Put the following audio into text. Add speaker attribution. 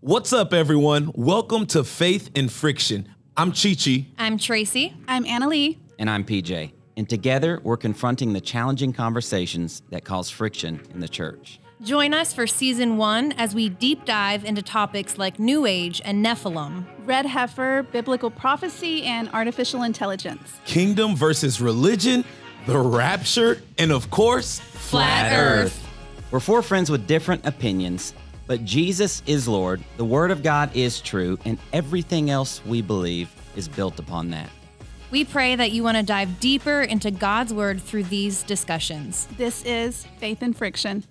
Speaker 1: What's up, everyone? Welcome to Faith and Friction. I'm Chichi.
Speaker 2: I'm Tracy.
Speaker 3: I'm Annalie.
Speaker 4: And I'm PJ. And together, we're confronting the challenging conversations that cause friction in the church.
Speaker 2: Join us for season one as we deep dive into topics like New Age and Nephilim.
Speaker 3: Red Heifer, Biblical Prophecy, and Artificial Intelligence.
Speaker 1: Kingdom versus religion, the rapture, and of course,
Speaker 2: Flat Earth.
Speaker 4: We're four friends with different opinions, but Jesus is Lord, the Word of God is true, and everything else we believe is built upon that.
Speaker 2: We pray that you want to dive deeper into God's Word through these discussions.
Speaker 3: This is Faith and Friction.